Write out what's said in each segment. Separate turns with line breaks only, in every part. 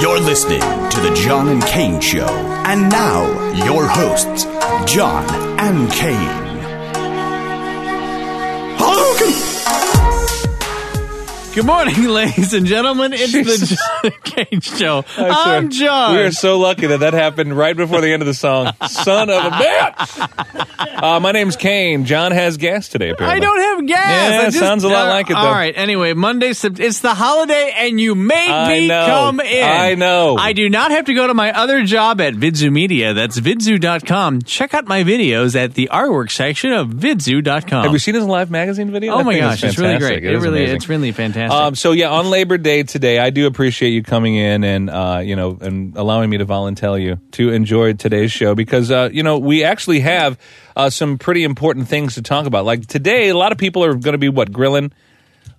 You're listening to The John and Kane Show. And now, your hosts, John and Kane. Hogan!
Good morning, ladies and gentlemen. It's the John and Kane Show. I'm
swear,
John.
We are so lucky that that happened right before the end of the song. Son of a bitch! Uh, my name's Kane. John has gas today,
I
apparently.
don't have gas.
Yeah,
I just-
sounds a lot
uh,
like it, though.
All right. Anyway, Monday. Sept- It's the holiday, and you made
I
me
know.
come in.
I know.
I do not have to go to my other job at Vidzu Media. That's vidzu.com. Check out my videos at the artwork section of vidzu.com.
Have you seen his live magazine video?
oh
That
my
thing is
gosh, it's really
fantastic.
great. It,
is
really,
amazing.
it's really fantastic.
Um, so yeah, on Labor Day today, I do appreciate you coming in and uh, you know and allowing me to volunteer you to enjoy today's show because uh, you know we actually have uh, some pretty important things to talk about. Like today, a lot of people are going to be what grilling,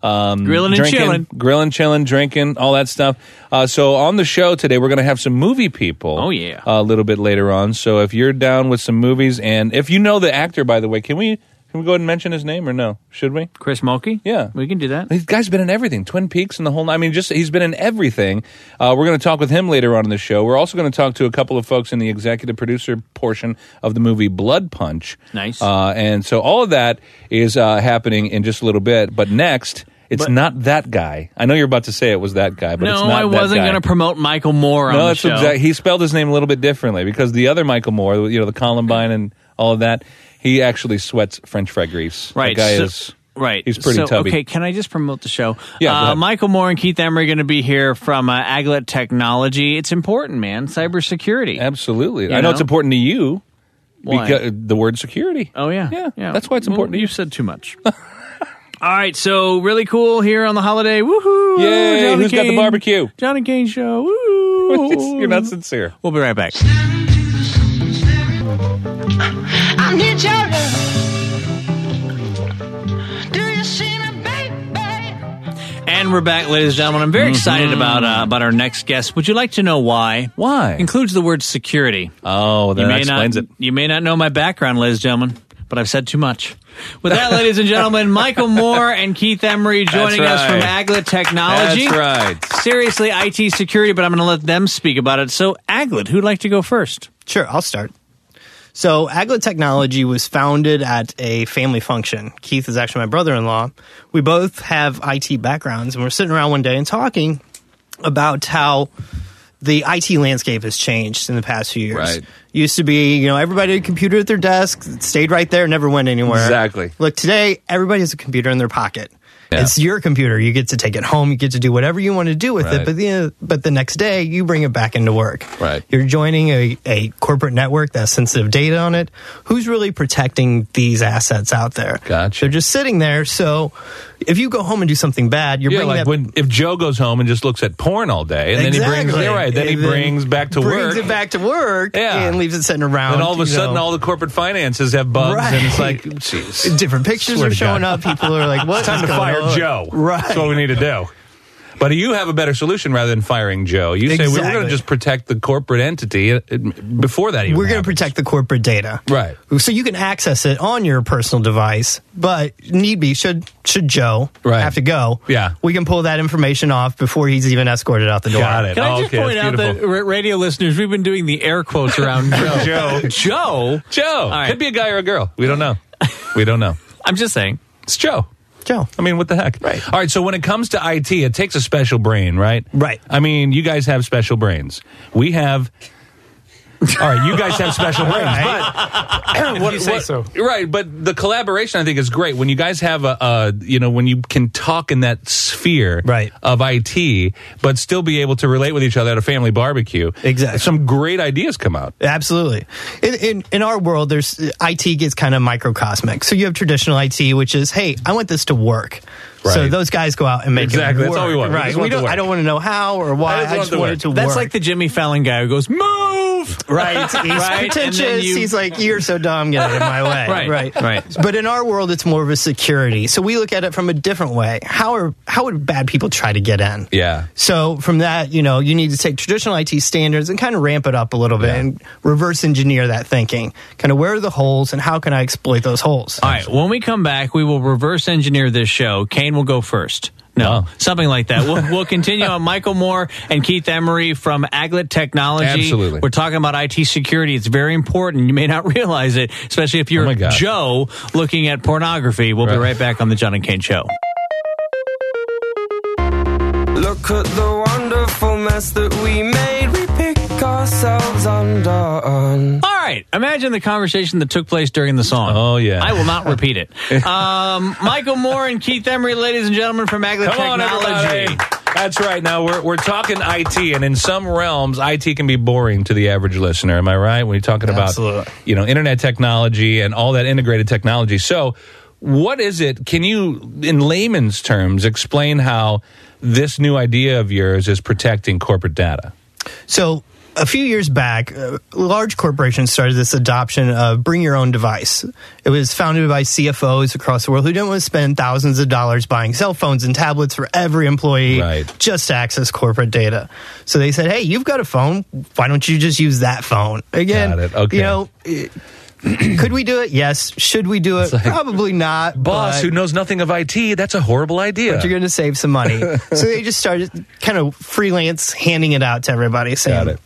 Grilling and
Um, drinking,
chilling.
grilling, chilling, drinking, all that stuff. Uh, so on the show today, we're going to have some movie people.
Oh, yeah.
a little bit later on. So if you're down with some movies, and if you know the actor, by the way, can we can we go ahead and mention his name or no? Should we?
Chris Mulkey?
Yeah.
We can do that.
This guy's been in everything, Twin Peaks and the whole. I mean, just he's been in everything. Uh, we're going to talk with him later on in the show. We're also going to talk to a couple of folks in the executive producer portion of the movie Blood Punch.
Nice.
Uh, and so all of that is uh, happening in just a little bit. But next, it's not that guy. I know you're about to say it was that guy, but it's
no,
not
I
that
wasn't
guy.
going to promote Michael Moore on
No,
the
that's
show.
exact- He spelled his name a little bit differently because the other Michael Moore, you know, the Columbine and all of that, he actually sweats French fry grease.
Right.
That guy
so-
is.
Right.
he's pretty
so,
tubby.
Okay, can I just promote the show?
Yeah, go
Uh,
ahead.
Michael Moore and Keith Emery are going to be here from uh, Aglet Technology. It's important, man. Cybersecurity.
Absolutely.
You
I know,
know?
it's important to you
Why?
because uh, the word security.
oh, yeah.
Yeah. That's why it's
Well,
important to
You
you.
said too much. All right. So, really cool here on the holiday. Woohoo.
Yay,
John and
who's got the
Kane.
barbecue?
John and Kane Show. Woo.
You're not sincere.
We'll be right back.
I need your love. Do you see me, baby?
And we're back, ladies and gentlemen. I'm very excited about uh, about our next guest. Would you like to know why?
Mm-hmm. Why?
Includes the word security.
Oh, that explains
not,
it.
You may not know my background, ladies and gentlemen, but I've said too much. With that, ladies and gentlemen, Michael Moore and Keith Emery joining us from
right.
Aglet Technology.
That's right.
Seriously, IT security, but I'm going to let them speak about it. So, Aglet, who'd like to go first?
Sure, I'll start. So, Aglet Technology was founded at a family function. Keith is actually my brother in law. We both have IT backgrounds, and we're sitting around one day and talking about how the IT landscape has changed in the past few years.
Right.
Used to be, you know, everybody had a computer at their desk, stayed right there, never went anywhere.
Exactly.
Look, today, everybody has a computer in their pocket.
Yeah.
It's your computer. You get to take it home. You get to do whatever you want to do with
Right.
it. But the, but the next day, you bring it back into work.
Right.
You're joining a, a corporate network that has sensitive data on it. Who's really protecting these assets out there?
Gotcha.
They're just sitting there. So if you go home and do something bad, you're
Yeah,
bringing
like
that,
when if Joe goes home and just looks at porn all day, and then he brings
Exactly.
yeah, right, then he
And then
brings back to
brings
work,
it back to work
Yeah.
and leaves it sitting around.
and all of a
you
sudden,
know.
all the corporate finances have bugs, and it's like,
Right.
jeez,
different pictures
Swear
are
to
showing
God.
up. People are like, "What's
time to
going
fire
on?
Joe.
Right.
that's what we need to do. But you have a better solution rather than firing Joe. You say we were going to
Exactly.
just protect the corporate entity uh, before that. Even
We're going to
happens."
protect the corporate data,
Right.
So you can access it on your personal device, but need be should should Joe
Right.
have to go,
Yeah.
we can pull that information off before he's even escorted out the door.
Got it.
Can I
Oh,
just
okay,
point
that's
out that
beautiful.
r- radio listeners, we've been doing the air quotes around Joe.
Joe.
Joe?
Joe.
right.
Could be a guy or a girl. We don't know. We don't know.
I'm just saying.
It's Joe.
Joe.
I mean, what the heck? Right. All right. So when it comes to IT, it takes a special brain, right?
Right.
I mean, you guys have special brains. We have. All right, you guys have special brains, but what,
say
what-
so.
right? But the collaboration, I think, is great when you guys have a, a you know when you can talk in that sphere
Right.
of IT, but still be able to relate with each other at a family barbecue.
Exactly.
Some great ideas come out.
Absolutely. In, in in our world, there's IT gets kind of microcosmic. So you have traditional IT, which is, hey, I want this to work. So
Right.
those guys go out and make
Exactly.
it work.
That's all we want. We
Right.
just want it to
don't,
work.
I don't want to know how or
I
why. I
just want it
just,
to
want
work.
it to
That's
work.
like the Jimmy Fallon guy who goes, move!
Right. He's
Right, and then
pretentious.
you-
He's like, you're so dumb, get out of my way.
Right,
Right.
right.
But in our world, it's more of a security. So we look at it from a different way. How are how would bad people try to get in?
Yeah.
So from that, you know, you need to take traditional IT standards and kind of ramp it up a little bit
Yeah.
and reverse engineer that thinking. Kind of where are the holes and how can I exploit those holes?
All right. When we come back, we will reverse engineer this show. Kane will go first. No,
Oh.
something like that. We'll, we'll continue on Michael Moore and Keith Emery from Aglet Technology.
Absolutely.
We're talking about IT security. It's very important. You may not realize it, especially if you're
Oh my God.
Joe looking at pornography. We'll be
Right.
right back on the John and Kane Show.
Look at the wonderful mess that we made. We pick ourselves undone.
All right. Imagine the conversation that took place during the song.
Oh, yeah.
I will not repeat it. um, Michael Moore and Keith Emery, ladies and gentlemen, from Aglet
Come on,
Technology.
everybody. That's right. Now we're we're talking IT, and in some realms, IT can be boring to the average listener. Am I right? When you're talking about
Absolutely.
you know internet technology and all that integrated technology. So, what is it? Can you, in layman's terms, explain how this new idea of yours is protecting corporate data?
So a few years back, uh, large corporations started this adoption of bring your own device. It was founded by CFOs across the world who didn't want to spend thousands of dollars buying cell phones and tablets for every employee
Right.
just to access corporate data. So they said, "Hey, you've got a phone. Why don't you just use that phone?" Again,
Got it. Okay.
you know. it- Could we do it? Yes. Should we do it? Probably not.
Boss
but-
who knows nothing of IT, that's a horrible idea.
you're going to save some money. so they just started kind of freelance handing it out to everybody saying,
Got it.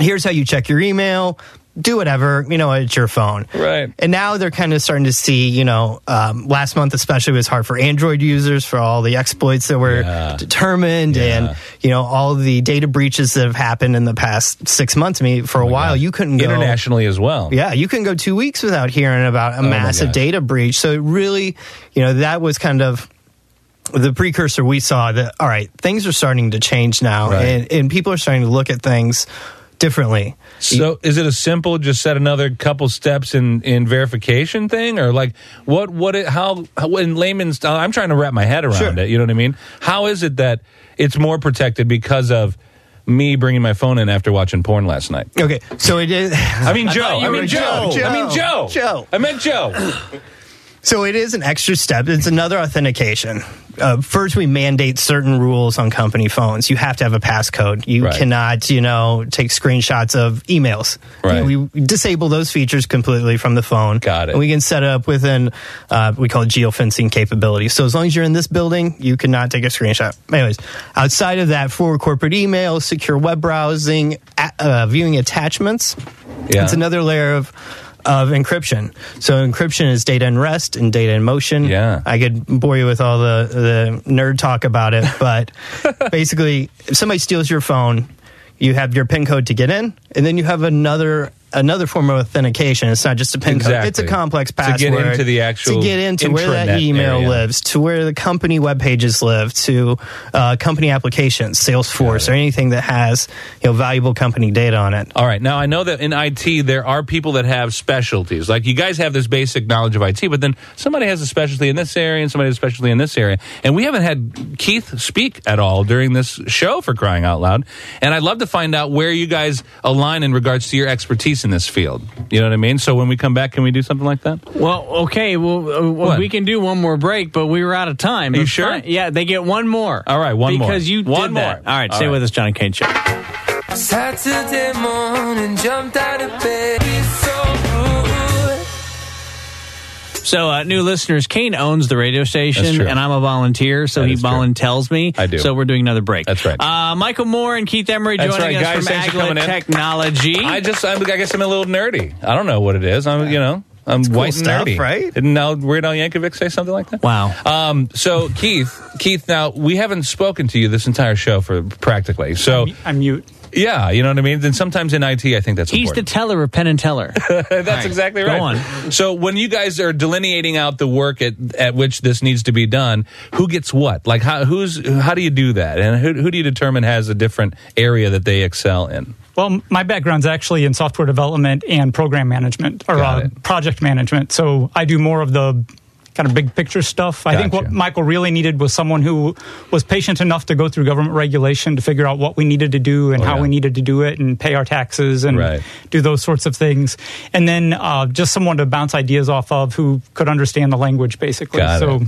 here's how you check your email, do whatever, you know, it's your phone.
Right.
And now they're kind of starting to see, you know, um, last month especially was hard for Android users for all the exploits that were
Yeah.
determined
Yeah.
and, you know, all the data breaches that have happened in the past six months. I mean, for
Oh
a while, you couldn't go.
internationally as well.
Yeah, you can go two weeks without hearing about a
Oh my
massive
God.
data breach. So it really, you know, that was kind of the precursor we saw that all right, things are starting to change now,
Right.
and, and people are starting to look at things differently.
So is it a simple just set another couple steps in in verification thing or like what what it, how, how in layman's I'm trying to wrap my head around
Sure.
it, you know what I mean? How is it that it's more protected because of me bringing my phone in after watching porn last night?
Okay, so it is.
I mean Joe.
you
I
were
mean Joe.
Joe.
I mean Joe.
Joe.
I meant Joe.
So it is an extra step. It's another authentication. Uh, first, we mandate certain rules on company phones. You have to have a passcode. You
Right.
cannot, you know, take screenshots of emails.
Right.
We disable those features completely from the phone.
Got it.
And we can set up within, uh, we call it geofencing capability. So as long as you're in this building, you cannot take a screenshot. Anyways, outside of that, forward corporate email, secure web browsing, a- uh, viewing attachments.
Yeah.
It's another layer of of encryption. So encryption is data in rest and data in motion.
Yeah.
I could bore you with all the, the nerd talk about it, but basically if somebody steals your phone, you have your pin code to get in, and then you have another another form of authentication. It's not just a pin code. It's a
Exactly.
complex
To
password.
get into the actual
to get into where
intranet
that email
area.
lives, to where the company web pages live, to uh, company applications, Salesforce, or anything that has you know valuable company data on it.
All right. Now I know that in IT there are people that have specialties. Like you guys have this basic knowledge of IT, but then somebody has a specialty in this area and somebody has a specialty in this area. And we haven't had Keith speak at all during this show for crying out loud. And I'd love to find out where you guys align in regards to your expertise in this field. You know what I mean? So when we come back, can we do something like that?
Well, okay. Well, uh, well
What?
we can do one more break, but we were out of time.
Are you
It's
sure?
fine. Yeah, they get one more.
All right, one
because
more.
Because you
One
did
more.
that. All right,
All
stay
right.
with us, John and Kane Show.
Saturday morning, jumped out of bed. It's so rude.
So, uh, new listeners, Kane owns the radio
That's
station,
true.
and I'm a volunteer, so
That
he
is true.
volunteers me.
I do.
So we're doing another break.
That's right.
Uh, Michael Moore and Keith Emery
That's
joining
right,
us
guys.
from
Thanks for coming
Aglet
in.
Technology.
I just, I'm, I guess I'm a little nerdy. I don't know what it is. I'm, you know, I'm
cool
white and
stuff,
nerdy,
right?
Didn't now Weird Al Yankovic say something like that?
Wow.
Um, so Keith, Keith, now we haven't spoken to you this entire show for practically. So
I'm mute.
yeah, you know what I mean. And sometimes in IT, I think that's
He's the
important.
teller of Penn and Teller.
That's exactly
go
right.
on.
So when you guys are delineating out the work at, at which this needs to be done, who gets what? Like how who's how do you do that? And who who do you determine has a different area that they excel in?
Well, m- my background's actually in software development and program management or
Got
uh,
it.
project management. So I do more of the kind of big picture stuff. I think
Gotcha.
what Michael really needed was someone who was patient enough to go through government regulation to figure out what we needed to do and
Oh,
how
yeah.
we needed to do it and pay our taxes and
Right.
do those sorts of things. And then uh, just someone to bounce ideas off of who could understand the language basically.
Got
so
it.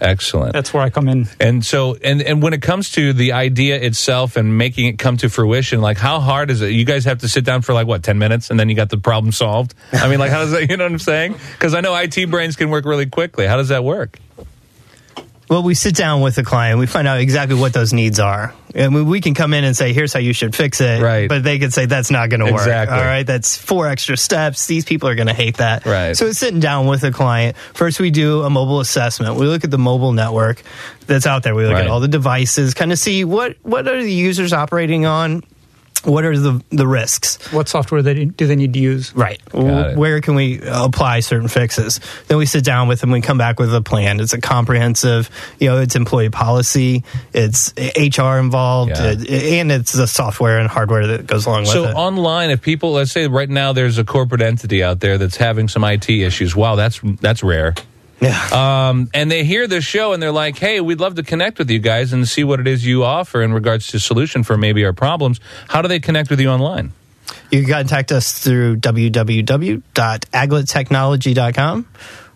Excellent.
that's where I come in.
And so, and, and when it comes to the idea itself and making it come to fruition, like how hard is it? You guys have to sit down for like what, 10 minutes and then you got the problem solved? I mean, like, how does that, you know what I'm saying? Because I know IT brains can work really quickly. How does that work?
Well, we sit down with the client, we find out exactly what those needs are. And we, we can come in and say, here's how you should fix it.
Right.
But they could say, that's not going to work.
Exactly.
All right. That's four extra steps. These people are going to hate that.
Right.
So it's sitting down with the client. First, we do a mobile assessment. We look at the mobile network that's out there. We look
Right.
at all the devices, kind of see what, what are the users operating on? What are the, the risks?
What software they, do they need to use?
Right.
Got it.
Where can we apply certain fixes? Then we sit down with them. We come back with a plan. It's a comprehensive, you know, it's employee policy, it's HR involved,
Yeah.
it- and it's the software and hardware that goes along
So
with it.
online, if people, let's say right now, there's a corporate entity out there that's having some IT issues. Wow, that's that's rare.
yeah.
Um, and they hear this show and they're like, "Hey, we'd love to connect with you guys and see what it is you offer in regards to solution for maybe our problems." How do they connect with you online?
you can contact us through www.aglettechnology.com.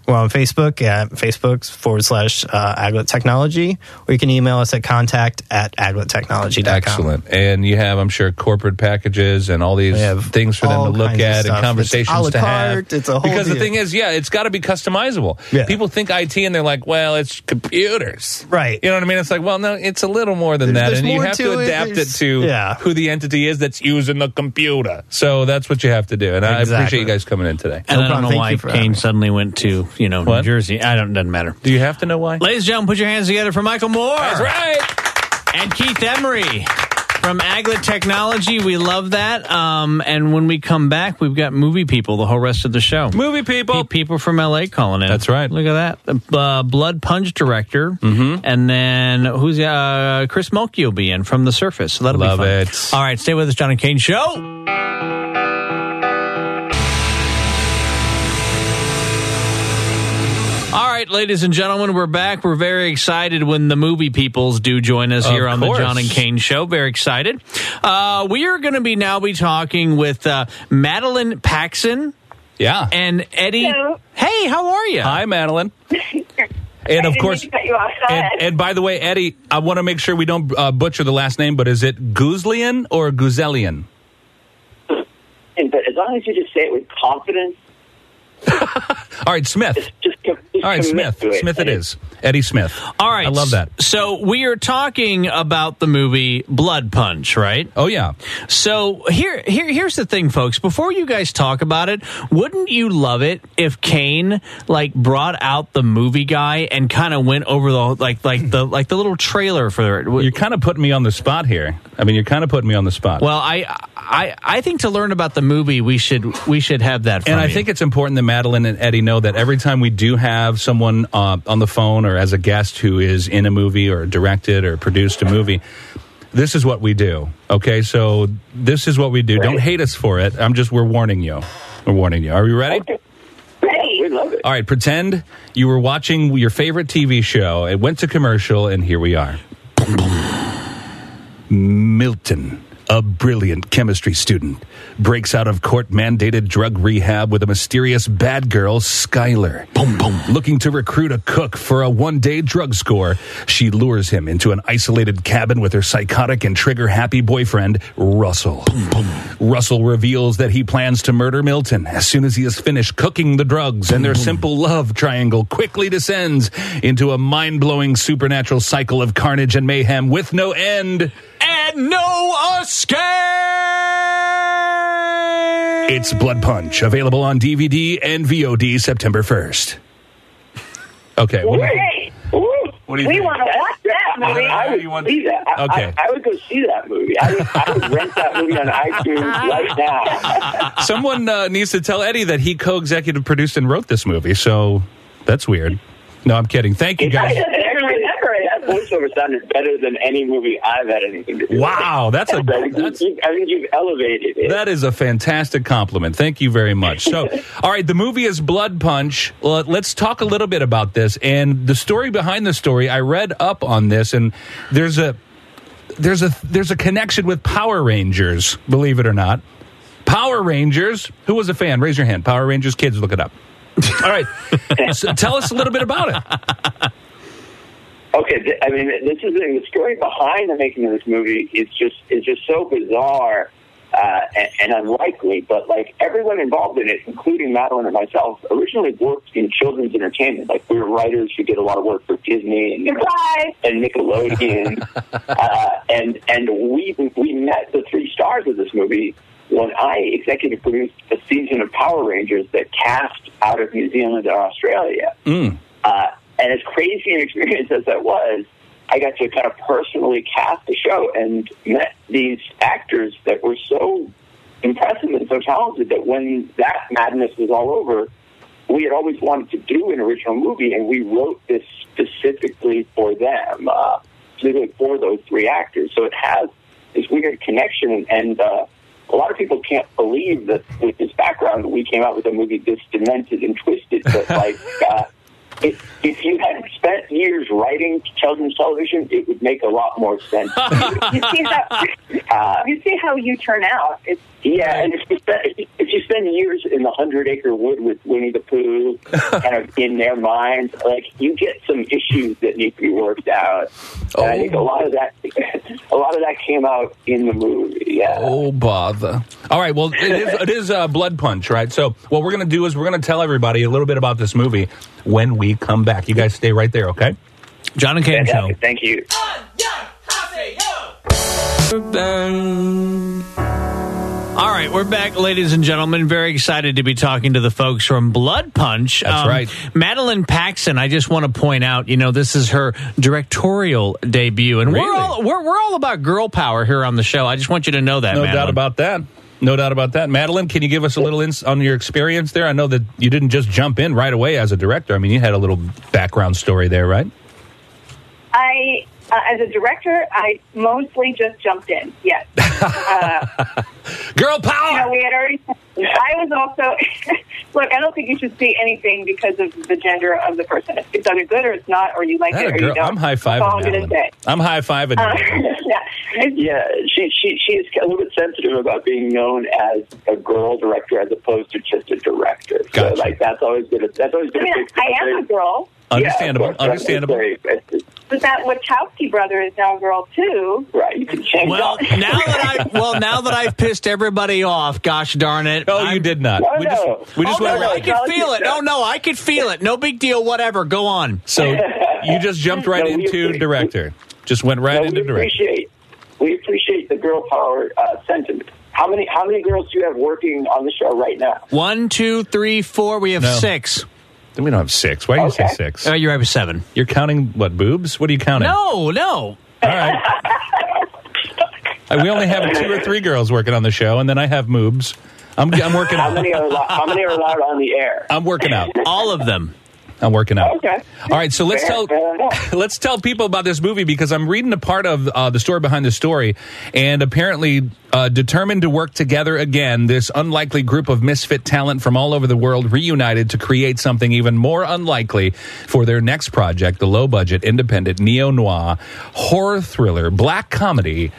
We're on Facebook at Facebook forward slash uh, Aglet Technology, or you can email us at contact at aglettechnology.com.
Excellent. And you have, I'm sure, corporate packages and all these
We have
things for them
all
to look
kinds of
at and
stuff. It's a la
conversations to have.
carte, it's a whole
because the
deal.
thing is, yeah, it's got to be customizable.
Yeah.
People think IT and they're like, well, it's computers.
Right.
You know what I mean? It's like, well, no, it's a little more than
There's-
that.
there's
and you
more
have
to
to
it.
adapt it
There's-
to
Yeah.
who the entity is that's using the computer. So that's what you have to do. And I appreciate
Exactly.
you guys coming in today.
And
No
I don't
problem.
know
Thank
why
you for having
Kane
me.
suddenly went to, you know,
What?
New Jersey. I don't, doesn't matter.
Do you have to know why?
Ladies and gentlemen, put your hands together for Michael Moore.
That's right.
and Keith Emery from Aglet Technology. We love that. Um, and when we come back, we've got movie people the whole rest of the show.
Movie people.
Pe- people from LA calling in.
That's right. Mm-hmm.
Look at that. The, Uh, Blood Punch director, and then who's uh, Chris Mulkey will be in from The Surface. So that'll
Love
be fun.
it.
All right, stay with us, John and Kane Show. All right, ladies and gentlemen, we're back. We're very excited when the movie peoples do join us
Of
here on
course.
the John and Kane Show. Very excited. Uh, we are going to be now be talking with uh, Madeline Paxson
Yeah.
and Eddie.
Hello.
Hey, how are you?
Hi, Madeline. And
I
of
didn't
course,
mean to cut you off. Go
And,
ahead.
and by the way, Eddie, I want to make sure we don't uh, butcher the last name, but is it Guzlian or Guzelian?
And- But as long as you just say it with confidence,
All right, Smith.
just, com- just
All right,
commit
Smith.
to it.
Smith it
And
is. Eddie Smith.
All right.
I love that.
So we are talking about the movie Blood Punch, right?
Oh, yeah.
So here, here, here's the thing, folks. Before you guys talk about it, wouldn't you love it if Kane like brought out the movie guy and kind of went over the like, like the like the little trailer for it?
You're kind of putting me on the spot here. I mean, you're kind of putting me on the spot.
Well, I, I, I think to learn about the movie, we should we should have that. From
and I
you.
think it's important that Madeline and Eddie know that every time we do have someone uh, on the phone or as a guest who is in a movie or directed or produced a movie, this is what we do. Okay, so this is what we do. Don't hate us for it. I'm just, we're warning you. We're warning you. Are you ready?
We love it.
All right, pretend you were watching your favorite TV show. It went to commercial, and here we are. Milton, a brilliant chemistry student, breaks out of court mandated drug rehab with a mysterious bad girl, Skylar. Looking to recruit a cook for a one day drug score, she lures him into an isolated cabin with her psychotic and trigger happy boyfriend, Russell. Russell reveals that he plans to murder Milton as soon as he has finished cooking the drugs, and their simple love triangle quickly descends into a mind blowing supernatural cycle of carnage and mayhem with no end.
and no escape.
It's Blood Punch, available on DVD and VOD September 1st. Okay. what do you think?
Hey, ooh,
What do you
we
think?
want to watch that movie.
how
I
do
would
you want-
see that. I,
Okay.
I, I would go see that movie. I would, I would rent that movie on iTunes right now.
Someone uh, needs to tell Eddie that he co-executive produced and wrote this movie. So that's weird. No, I'm kidding. Thank you
I
guys.
doesn't actually remember it. That voiceover sounded better than any movie I've had anything to do. with.
Wow, that's a
I think,
that's
you, I think you've elevated it.
that is a fantastic compliment. Thank you very much. So, all right, the movie is Blood Punch. Well, Let's talk a little bit about this and the story behind the story. I read up on this, and there's a there's a there's a connection with Power Rangers. Believe it or not, Power Rangers. Who was a fan? Raise your hand. Power Rangers kids, look it up. All right, so tell us a little bit about it.
Okay, th- I mean, this is the story behind the making of this movie is just is just so bizarre uh, and, and unlikely, but like everyone involved in it, including Madeline and myself, originally worked in children's entertainment. Like we were writers who did a lot of work for Disney and, and Nickelodeon, uh, and and we we met the three stars of this movie when I executive produced a season of Power Rangers that cast out of New Zealand or Australia. Uh, and as crazy an experience as that was, I got to kind of personally cast the show and met these actors that were so impressive and so talented that when that madness was all over, we had always wanted to do an original movie, and we wrote this specifically for them, uh, specifically for those three actors. So it has this weird connection, and uh, a lot of people can't believe that with this background, we came out with a movie this demented and twisted. But like, uh, if, if you had spent years writing children's television, it would make a lot more sense.
you see how
Uh,
you see how you turn out. It's
yeah, and if you spend if you spend years in the Hundred Acre Wood with Winnie the Pooh, kind of in their minds, like you get some issues that need to be worked out. And I
Oh.
think a lot of that, a lot of that came out in the movie. Yeah.
Oh bother! All right, well it is it is uh, blood punch, right? So what we're gonna do is we're gonna tell everybody a little bit about this movie when we come back. You guys stay right there, okay?
John and Kane Show.
Fantastic. Thank you.
Bend.
All right, we're back, ladies and gentlemen. Very excited to be talking to the folks from Blood Punch. Um,
That's right.
Madeline Paxson. I just want to point out, you know, this is her directorial debut, and we're
Really?
all we're, we're all about girl power here on the show. I just want you to know that.
No
Madeline.
doubt about that. No doubt about that. Madeline, can you give us a little ins- on your experience there? I know that you didn't just jump in right away as a director. I mean, you had a little background story there, right?
I uh, as a director, I mostly just jumped in. Yes.
Girl
you know,
power.
we had already. I was also look. I don't think you should see anything because of the gender of the person. It's either good or it's not, or you like
That a
it or you
girl.
don't.
I'm high
That's all I'm
fiving.
gonna say.
Madeline. I'm high fiving.
Uh, yeah, It's-
Yeah, she she she is a little bit sensitive about being known as a girl director as opposed to just a director.
Gotcha.
So like that's always been a, that's always
I
been
mean,
a big
I am a girl,
Understandable.
Yeah, of course, that's
understandable.
very- that's-
but that Wachowski brother is now a girl too.
Right. You can change
Well,
that.
now that I well now that I've pissed everybody off, gosh darn it!
Oh,
I'm-
you did not.
No,
we
no.
just, we just
oh,
went
no, I
right.
could feel it. No, no, I could feel it. No big deal. Whatever. Go on.
So you just jumped right
No, we
into
agree.
director. Just went right
No, we
into director.
appreciate we appreciate the girl power uh, sentiment. How many how many girls do you have working on the show right now?
One, two, three, four. We have
No.
six.
We don't have six. Why do you say
Okay.
six?
Oh, you're right with seven.
You're counting what boobs? What are you counting?
No, no.
All right. Uh, we only have two or three girls working on the show, and then I have moobs. I'm, I'm working
How
out.
many are allo- how many are allowed on the air?
I'm working out.
All of them.
I'm working out.
Okay.
All right. So let's
Fair-
tell
fair enough.
let's tell people about this movie because I'm reading a part of uh, the story behind the story, and apparently uh, determined to work together again, this unlikely group of misfit talent from all over the world reunited to create something even more unlikely for their next project: the low-budget, independent neo noir horror thriller, black comedy.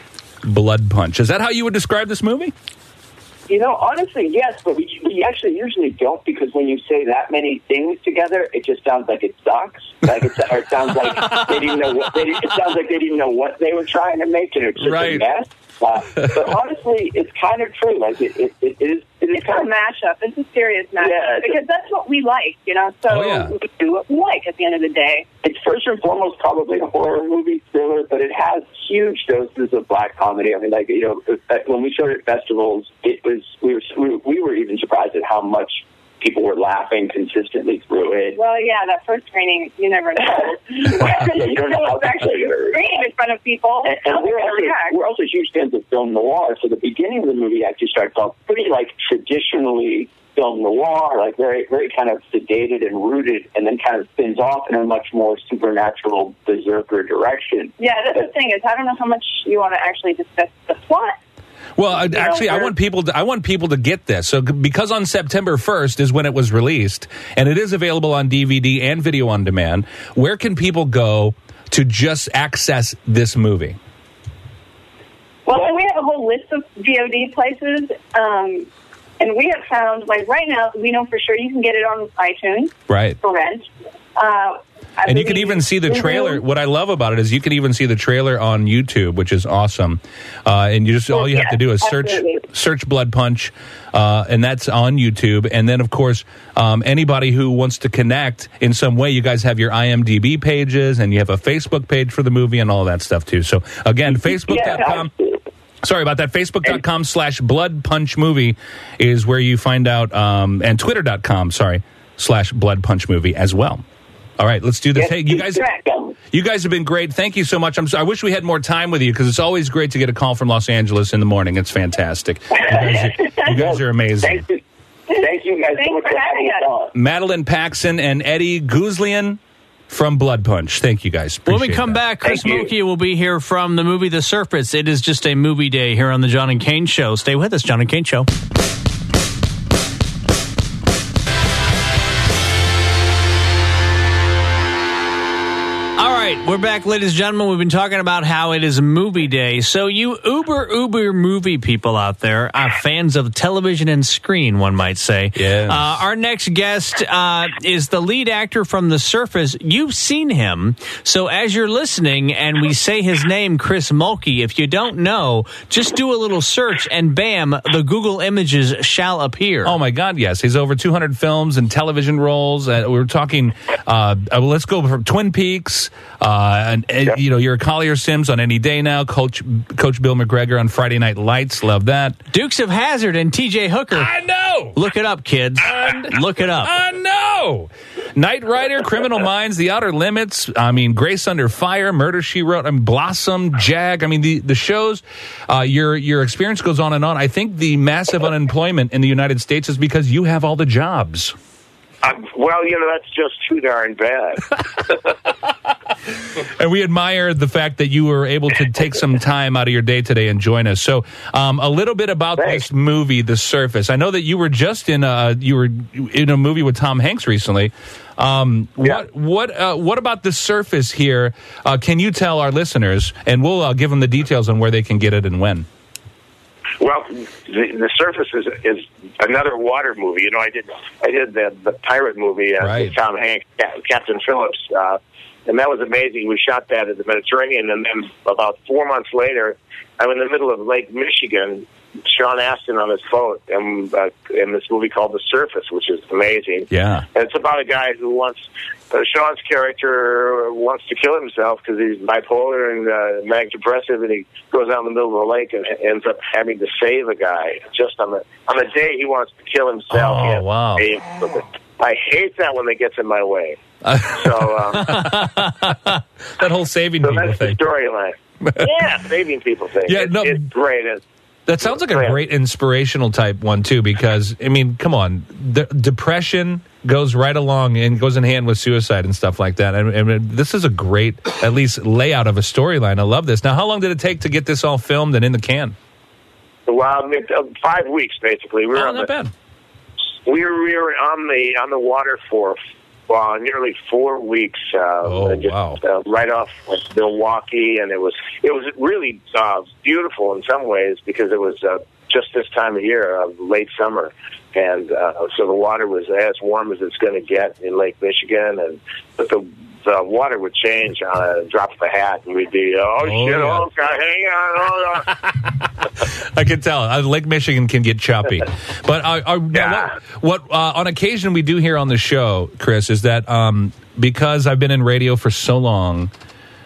Blood Punch. Is that how you would describe this movie?
You know, honestly, yes, but we, we actually usually don't because when you say that many things together, it just sounds like it sucks. Like it, or it sounds like they didn't know. What, they, didn't- it sounds like they didn't know what they were trying to make, and it's just
Right.
a mess. Uh, but honestly, it's kind of true. Like it, it, it is. It is
It's a
kind of,
mashup. It's a serious mashup
Yeah.
because that's what we like, you know. So
Oh, yeah.
we do what we like at the end of the day.
it's first and foremost probably a horror movie thriller, but it has huge doses of black comedy. I mean, like you know, uh, when we showed it at festivals, it was we were we were- we were even surprised at how much people were laughing consistently through it.
Well, yeah, that first screening, you never know.
Yeah, you don't know how
It's actually
they're gonna
scream in front of people.
And, and
How
we're,
they're gonna
also,
react.
we're also huge fans of film noir, so the beginning of the movie actually starts off pretty like traditionally film noir, like very, very kind of sedated and rooted, and then kind of spins off in a much more supernatural berserker direction.
Yeah, that's the thing is, I don't know how much you want to actually discuss the plot.
Well, I- actually, I
we're-
want people. To, I want people to get this. So, c- because on September first is when it was released, and it is available on DVD and video on demand. Where can people go to just access this movie?
Well, and we have a whole list of VOD places, um, and we have found like right now we know for sure you can get it on iTunes
Right.
for rent. Uh, I
and you can
believe Mhm.
even see the
in
trailer.
room.
What I love about it is you can even see the trailer on YouTube, which is awesome. Uh, and you just all you have to do is search
absolutely.
search Blood Punch, uh, and that's on YouTube. And then of course, um, anybody who wants to connect in some way, you guys have your IMDb pages, and you have a Facebook page for the movie, and all that stuff too. So again, Facebook.com. Sorry about that. Facebook.com slash blood punch movie is where you find out, um, and Twitter.com, sorry, slash blood punch movie as well. All right, let's do this. Hey, you guys,
correct.
you guys have been great. Thank you so much. I'm so, I wish we had more time with you because it's always great to get a call from Los Angeles in the morning. It's fantastic. You guys are, you guys are amazing.
Thank you, thank you guys
Thanks
so much
for
for
having
having us
us.
on.
Madeline Paxson and Eddie Guzlian from Blood Punch. Thank you guys.
When we
Appreciate
come
that.
back, Chris
Thank
Mulkey will be here from the movie The Surface. It is just a movie day here on the John and Kane Show. Stay with us, John and Kane Show. All right, we're back, ladies and gentlemen. We've been talking about how it is movie day. So, you uber, uber movie people out there, uh, fans of television and screen, one might say.
Yes.
Uh, our next guest uh, is the lead actor from The Surface. You've seen him. So, as you're listening and we say his name, Chris Mulkey, if you don't know, just do a little search and bam, the Google images shall appear.
Oh my God! Yes, he's over 200 films and television roles. Uh, we were talking. Uh, uh, let's go from Twin Peaks. Uh, and uh, you know, you're a Collier Sims on any day now. Coach Coach Bill McGregor on Friday Night Lights. Love that.
Dukes of Hazard and TJ Hooker.
know.
Look it up, kids. Look it up.
I know. Knight Rider, Criminal Minds, The Outer Limits. I mean, Grace Under Fire, Murder She Wrote, I mean, Blossom, Jag. I mean, the the shows. Uh, your your experience goes on and on. I think the massive unemployment in the United States is because you have all the jobs.
I'm, Uh, well, you know, that's just too darn bad.
And we admire the fact that you were able to take some time out of your day today and join us. So, um, a little bit about
Thanks.
this movie, The Surface. I know that you were just in a you were in a movie with Tom Hanks recently. Um,
Yeah.
What what uh, what about The Surface here? Uh, can you tell our listeners, and we'll uh, give them the details on where they can get it and when.
Well, the, the Surface is, is another water movie. You know, I did I did the, the pirate movie uh,
Right.
with Tom Hanks, Cap- Captain Phillips, uh, and that was amazing. We shot that in the Mediterranean, and then about four months later, I'm in the middle of Lake Michigan. Sean Astin on his boat, and uh, in this movie called The Surface, which is amazing.
Yeah.
And it's about a guy who wants uh, Sean's character wants to kill himself because he's bipolar and uh, manic depressive, and he goes out in the middle of the lake and ends up having to save a guy just on the on the day he wants to kill himself.
Oh,
he has to
wow.
save somebody. I hate that when it gets in my way. so um,
That whole saving
so
people
that's the
thing.
storyline. yeah, saving people thing.
Yeah,
It-
no-
it's great. It's,
That sounds like a
Yeah.
great inspirational type one too, because I mean, come on, the depression goes right along and goes in hand with suicide and stuff like that. And, and this is a great, at least layout of a storyline. I love this. Now, how long did it take to get this all filmed and in the can?
well, I mean, uh, five weeks basically. We were
Oh,
on the,
not bad.
We were, we were on the on the water for well, nearly four weeks. Uh,
Oh,
just,
wow.
Uh, right off of Milwaukee, and it was it was really uh, beautiful in some ways because it was uh, just this time of year, uh, late summer, and uh, so the water was as warm as it's going to get in Lake Michigan, and but the the water would change on a drop of a hat, and we'd be, oh,
Oh,
shit,
yeah.
oh, God, hang on, hold on.
I can tell. Uh, Lake Michigan can get choppy, but uh, uh,
Yeah.
what, what uh, on occasion we do here on the show, Chris, is that um, because I've been in radio for so long,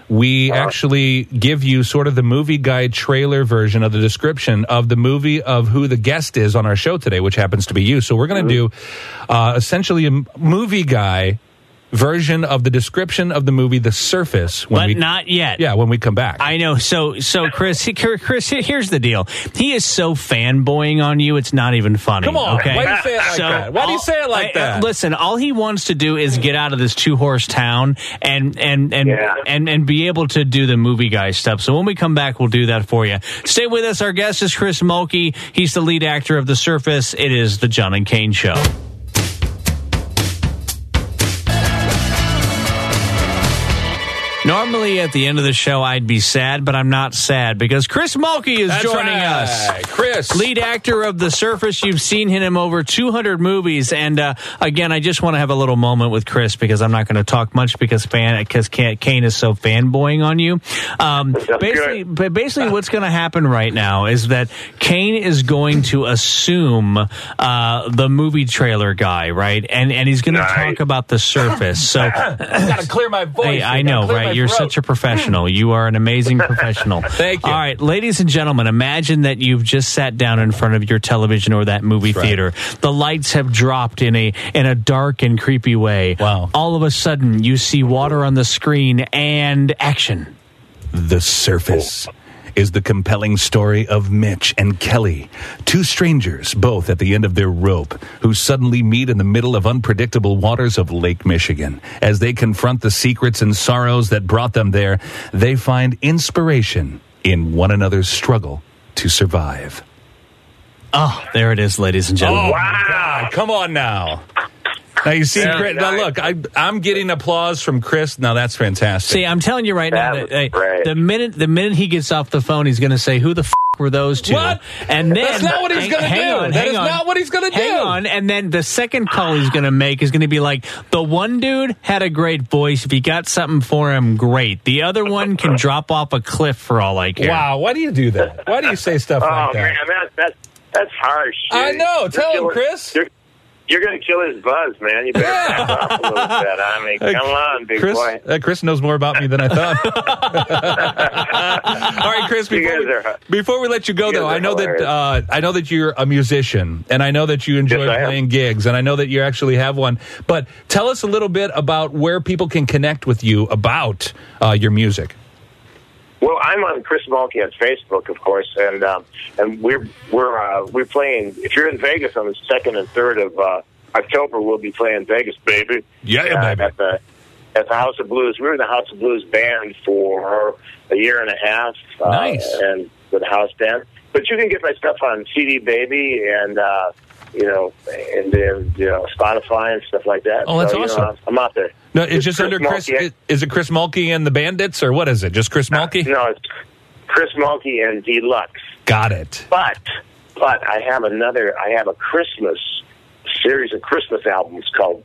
we actually give you sort of the movie guide trailer version of the description of the movie of who the guest is on our show today, which happens to be you. So we're going to do uh, essentially a m- movie guy version of the description of the movie The Surface. When
but
we,
not yet.
yeah, when we come back.
I know. So, so Chris, he- Chris, here's the deal. He is so fanboying on you. It's not even funny.
Come on.
Okay.
Why do you say it like that? Why do you
all-
say it like
I- uh,
that?
Listen, all he wants to do is get out of this two horse town and and and,
Yeah.
and and be able to do the movie guy stuff. So when we come back, we'll do that for you. Stay with us. Our guest is Chris Mulkey. He's the lead actor of The Surface. It is the John and Kane Show. Normally, normally at the end of the show I'd be sad, but I'm not sad because Chris Mulkey is
That's
joining
right.
us.
Chris.
Lead actor of The Surface. You've seen him in over 200 movies. And uh, again, I just want to have a little moment with Chris because I'm not going to talk much because fan because Kane is so fanboying on you. Um, basically, but basically, what's going to happen right now is that Kane is going to assume uh, the movie trailer guy, right? And and he's going to talk about The Surface. So
gotta clear my voice.
Hey, I
gotta
know,
clear my
right? You're
throat.
such a professional. You are an amazing professional.
Thank you.
All right, ladies and gentlemen, imagine that you've just sat down in front of your television or that movie
right.
theater. The lights have dropped in a in a dark and creepy way.
Wow.
All of a sudden, you see water on the screen and action.
The Surface is the compelling story of Mitch and Kelly, two strangers, both at the end of their rope, who suddenly meet in the middle of unpredictable waters of Lake Michigan. As they confront the secrets and sorrows that brought them there, they find inspiration in one another's struggle to survive.
Oh, there it is, ladies and gentlemen.
Oh, wow. Come on now. Now you see, Chris, now look, I, I'm getting applause from Chris. Now that's fantastic.
See, I'm telling you right now
That
that hey,
was great.
the minute the minute he gets off the phone, he's going to say, "Who the f- were those two?
What?
And then
That's not what he's
hang-
gonna
hang
do.
On,
That
hang
is
on.
not what he's gonna
Hang
do.
on, and then the second call he's going to make is going to be like, "The one dude had a great voice. If you got something for him, great. The other one can drop off a cliff for all I care."
Wow, why do you do that? Why do you say stuff
Oh
like that?
man, that, that that's harsh.
I
dude.
know.
You're
Tell him,
killing-
Chris.
You're, you're going to kill his buzz, man. You better back off a little bit. I mean,
Uh,
come on, big
Chris,
boy.
uh, Chris knows more about me than I thought. All right, Chris.
You
Before,
guys
we,
are-
before we let you go,
you guys
though,
are
I know that
hilarious.
uh, I know that you're a musician, and I know that you enjoy
Yes, I am.
playing gigs, and I know that you actually have one. But tell us a little bit about where people can connect with you about uh, your music.
Well, I'm on Chris Mulkey on Facebook, of course, and um, and we're we're uh, we're playing. If you're in Vegas on the second and third of uh, October, we'll be playing Vegas, baby.
Yeah, yeah,
Uh,
baby.
At the at the House of Blues, we were in the House of Blues band for a year and a half. Uh,
Nice.
And with the house band, but you can get my stuff on CD Baby and. Uh, you know, and then you know, Spotify and stuff like that.
Oh, that's
you know,
awesome.
I'm out there.
No, it's, just under Chris.
Mulkey.
Is, is it Chris Mulkey and the Bandits, or what is it? Just Chris Mulkey?
No, it's Chris Mulkey and Deluxe.
Got it.
But but I have another. I have a Christmas series of Christmas albums called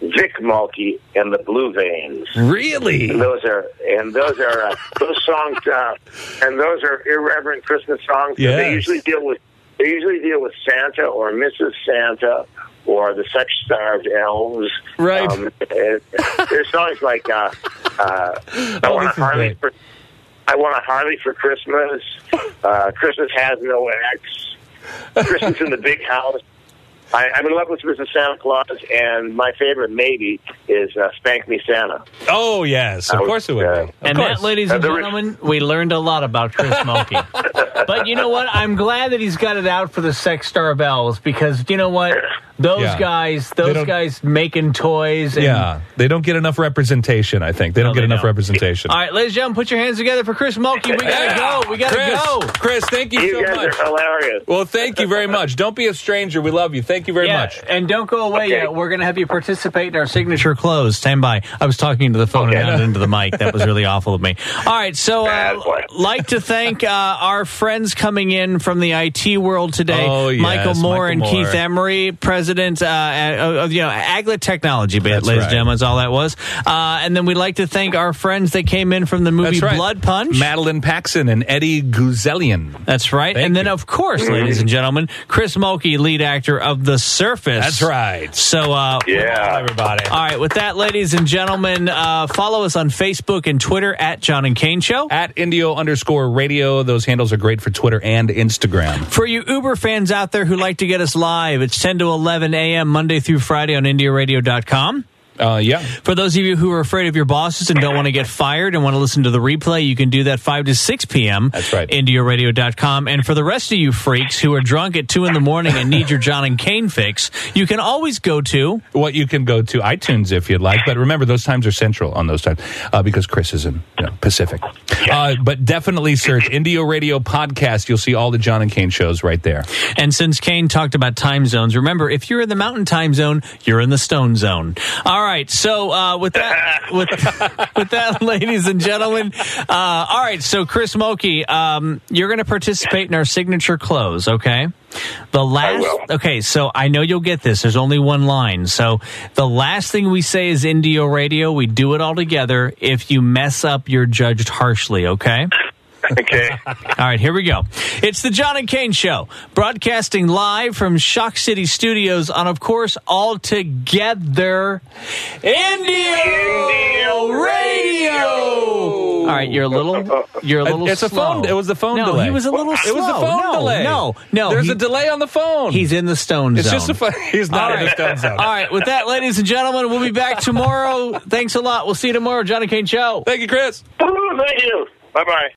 Vic Mulkey and the Blue Veins. And
Really?
those are and those are uh, those songs uh, and those are irreverent Christmas songs. And
Yes.
They usually deal with they usually deal with Santa or Mrs. Santa or the sex starved elves. Um,
Right.
and there's songs like uh, uh, I
Oh,
want a
this is
Harley
great.
for I want a Harley for Christmas. Uh, Christmas has no X. Christmas in the big house. I, I'm in love with Mrs. Santa Claus, and my favorite maybe is uh, Spank Me Santa.
Oh yes, of
I was-
course it would.
yeah.
Be. Of
And
course.
that, ladies and
Uh, there is-
gentlemen, we learned a lot about Chris Mulkey. but you know what? I'm glad that he's got it out for the sex star of elves because you know what? Those
Yeah.
guys,
don't-
those guys making toys. And,
Yeah, they don't get enough representation. I think they
No,
don't get
they
enough
don't.
representation.
All right, ladies and gentlemen, put your hands together for Chris Mulkey. We gotta go. We gotta
Chris,
go.
Chris, thank you,
You
so
guys
much.
are hilarious.
Well, thank you very much. Don't be a stranger. We love you. Thank you very
Yeah,
much.
and don't go away
Okay.
yet. We're gonna have you participate in our signature close. Stand by. I was talking to the phone and not into the mic. That was really awful of me. All right, so
Bad
uh,
boy.
like to thank uh, our friends coming in from the IT world today.
Oh, yes,
Michael Moore
Michael
and
Moore.
Keith Emery, president uh, uh, of you know Aglet Technology, but
That's
ladies
right.
and gentlemen, is all that was. Uh, and then we'd like to thank our friends that came in from the movie
That's right.
Blood Punch.
Madeline Paxson and Eddie Guzelian.
That's right.
Thank
and then,
you.
of course, ladies and gentlemen, Chris Mulkey, lead actor of The Surface.
That's right.
So, uh,
Yeah.
Everybody.
all right, with that, ladies and gentlemen, uh, follow us on Facebook and Twitter at John and Kane Show.
At Indio underscore radio. Those handles are great for Twitter and Instagram.
For you Uber fans out there who like to get us live, it's 10 to 11 a.m. Monday through Friday on IndiaRadio.com.
Uh, yeah.
For those of you who are afraid of your bosses and don't want to get fired and want to listen to the replay, you can do that 5 to 6 p.m.
That's right.
IndioRadio.com. And for the rest of you freaks who are drunk at 2 in the morning and need your John and Kane fix, you can always go to.
What you can go to iTunes if you'd like, but remember those times are central on those times uh, because Chris is in you know, Pacific. Uh, but definitely search Indio Radio podcast. You'll see all the John and Kane shows right there.
And since Kane talked about time zones, remember, if you're in the mountain time zone, you're in the stone zone. All All right. So uh, with that, with, with that, ladies and gentlemen. Uh, all right. So Chris Mokey, um, you're going to participate in our signature close. Okay. The last. Okay. So I know you'll get this. There's only one line. So the last thing we say is Indio Radio. We do it all together. If you mess up, you're judged harshly. Okay.
Okay.
All right, here we go. It's the John and Kane Show, broadcasting live from Shock City Studios on, of course, all together Indio Radio. All right, you're a little, you're a little.
It's a phone-
slow.
it was the phone
no,
delay.
He was a little.
It
Oh, Slow.
was the phone
no,
delay.
No, no.
There's a delay on the phone.
He's in the stone
It's
zone.
just a phone. He's not
All
in the
right.
stone zone.
All right, with that, ladies and gentlemen, we'll be back tomorrow. Thanks a lot. We'll see you tomorrow, John and Kane Show.
Thank you, Chris.
Thank you. Bye bye.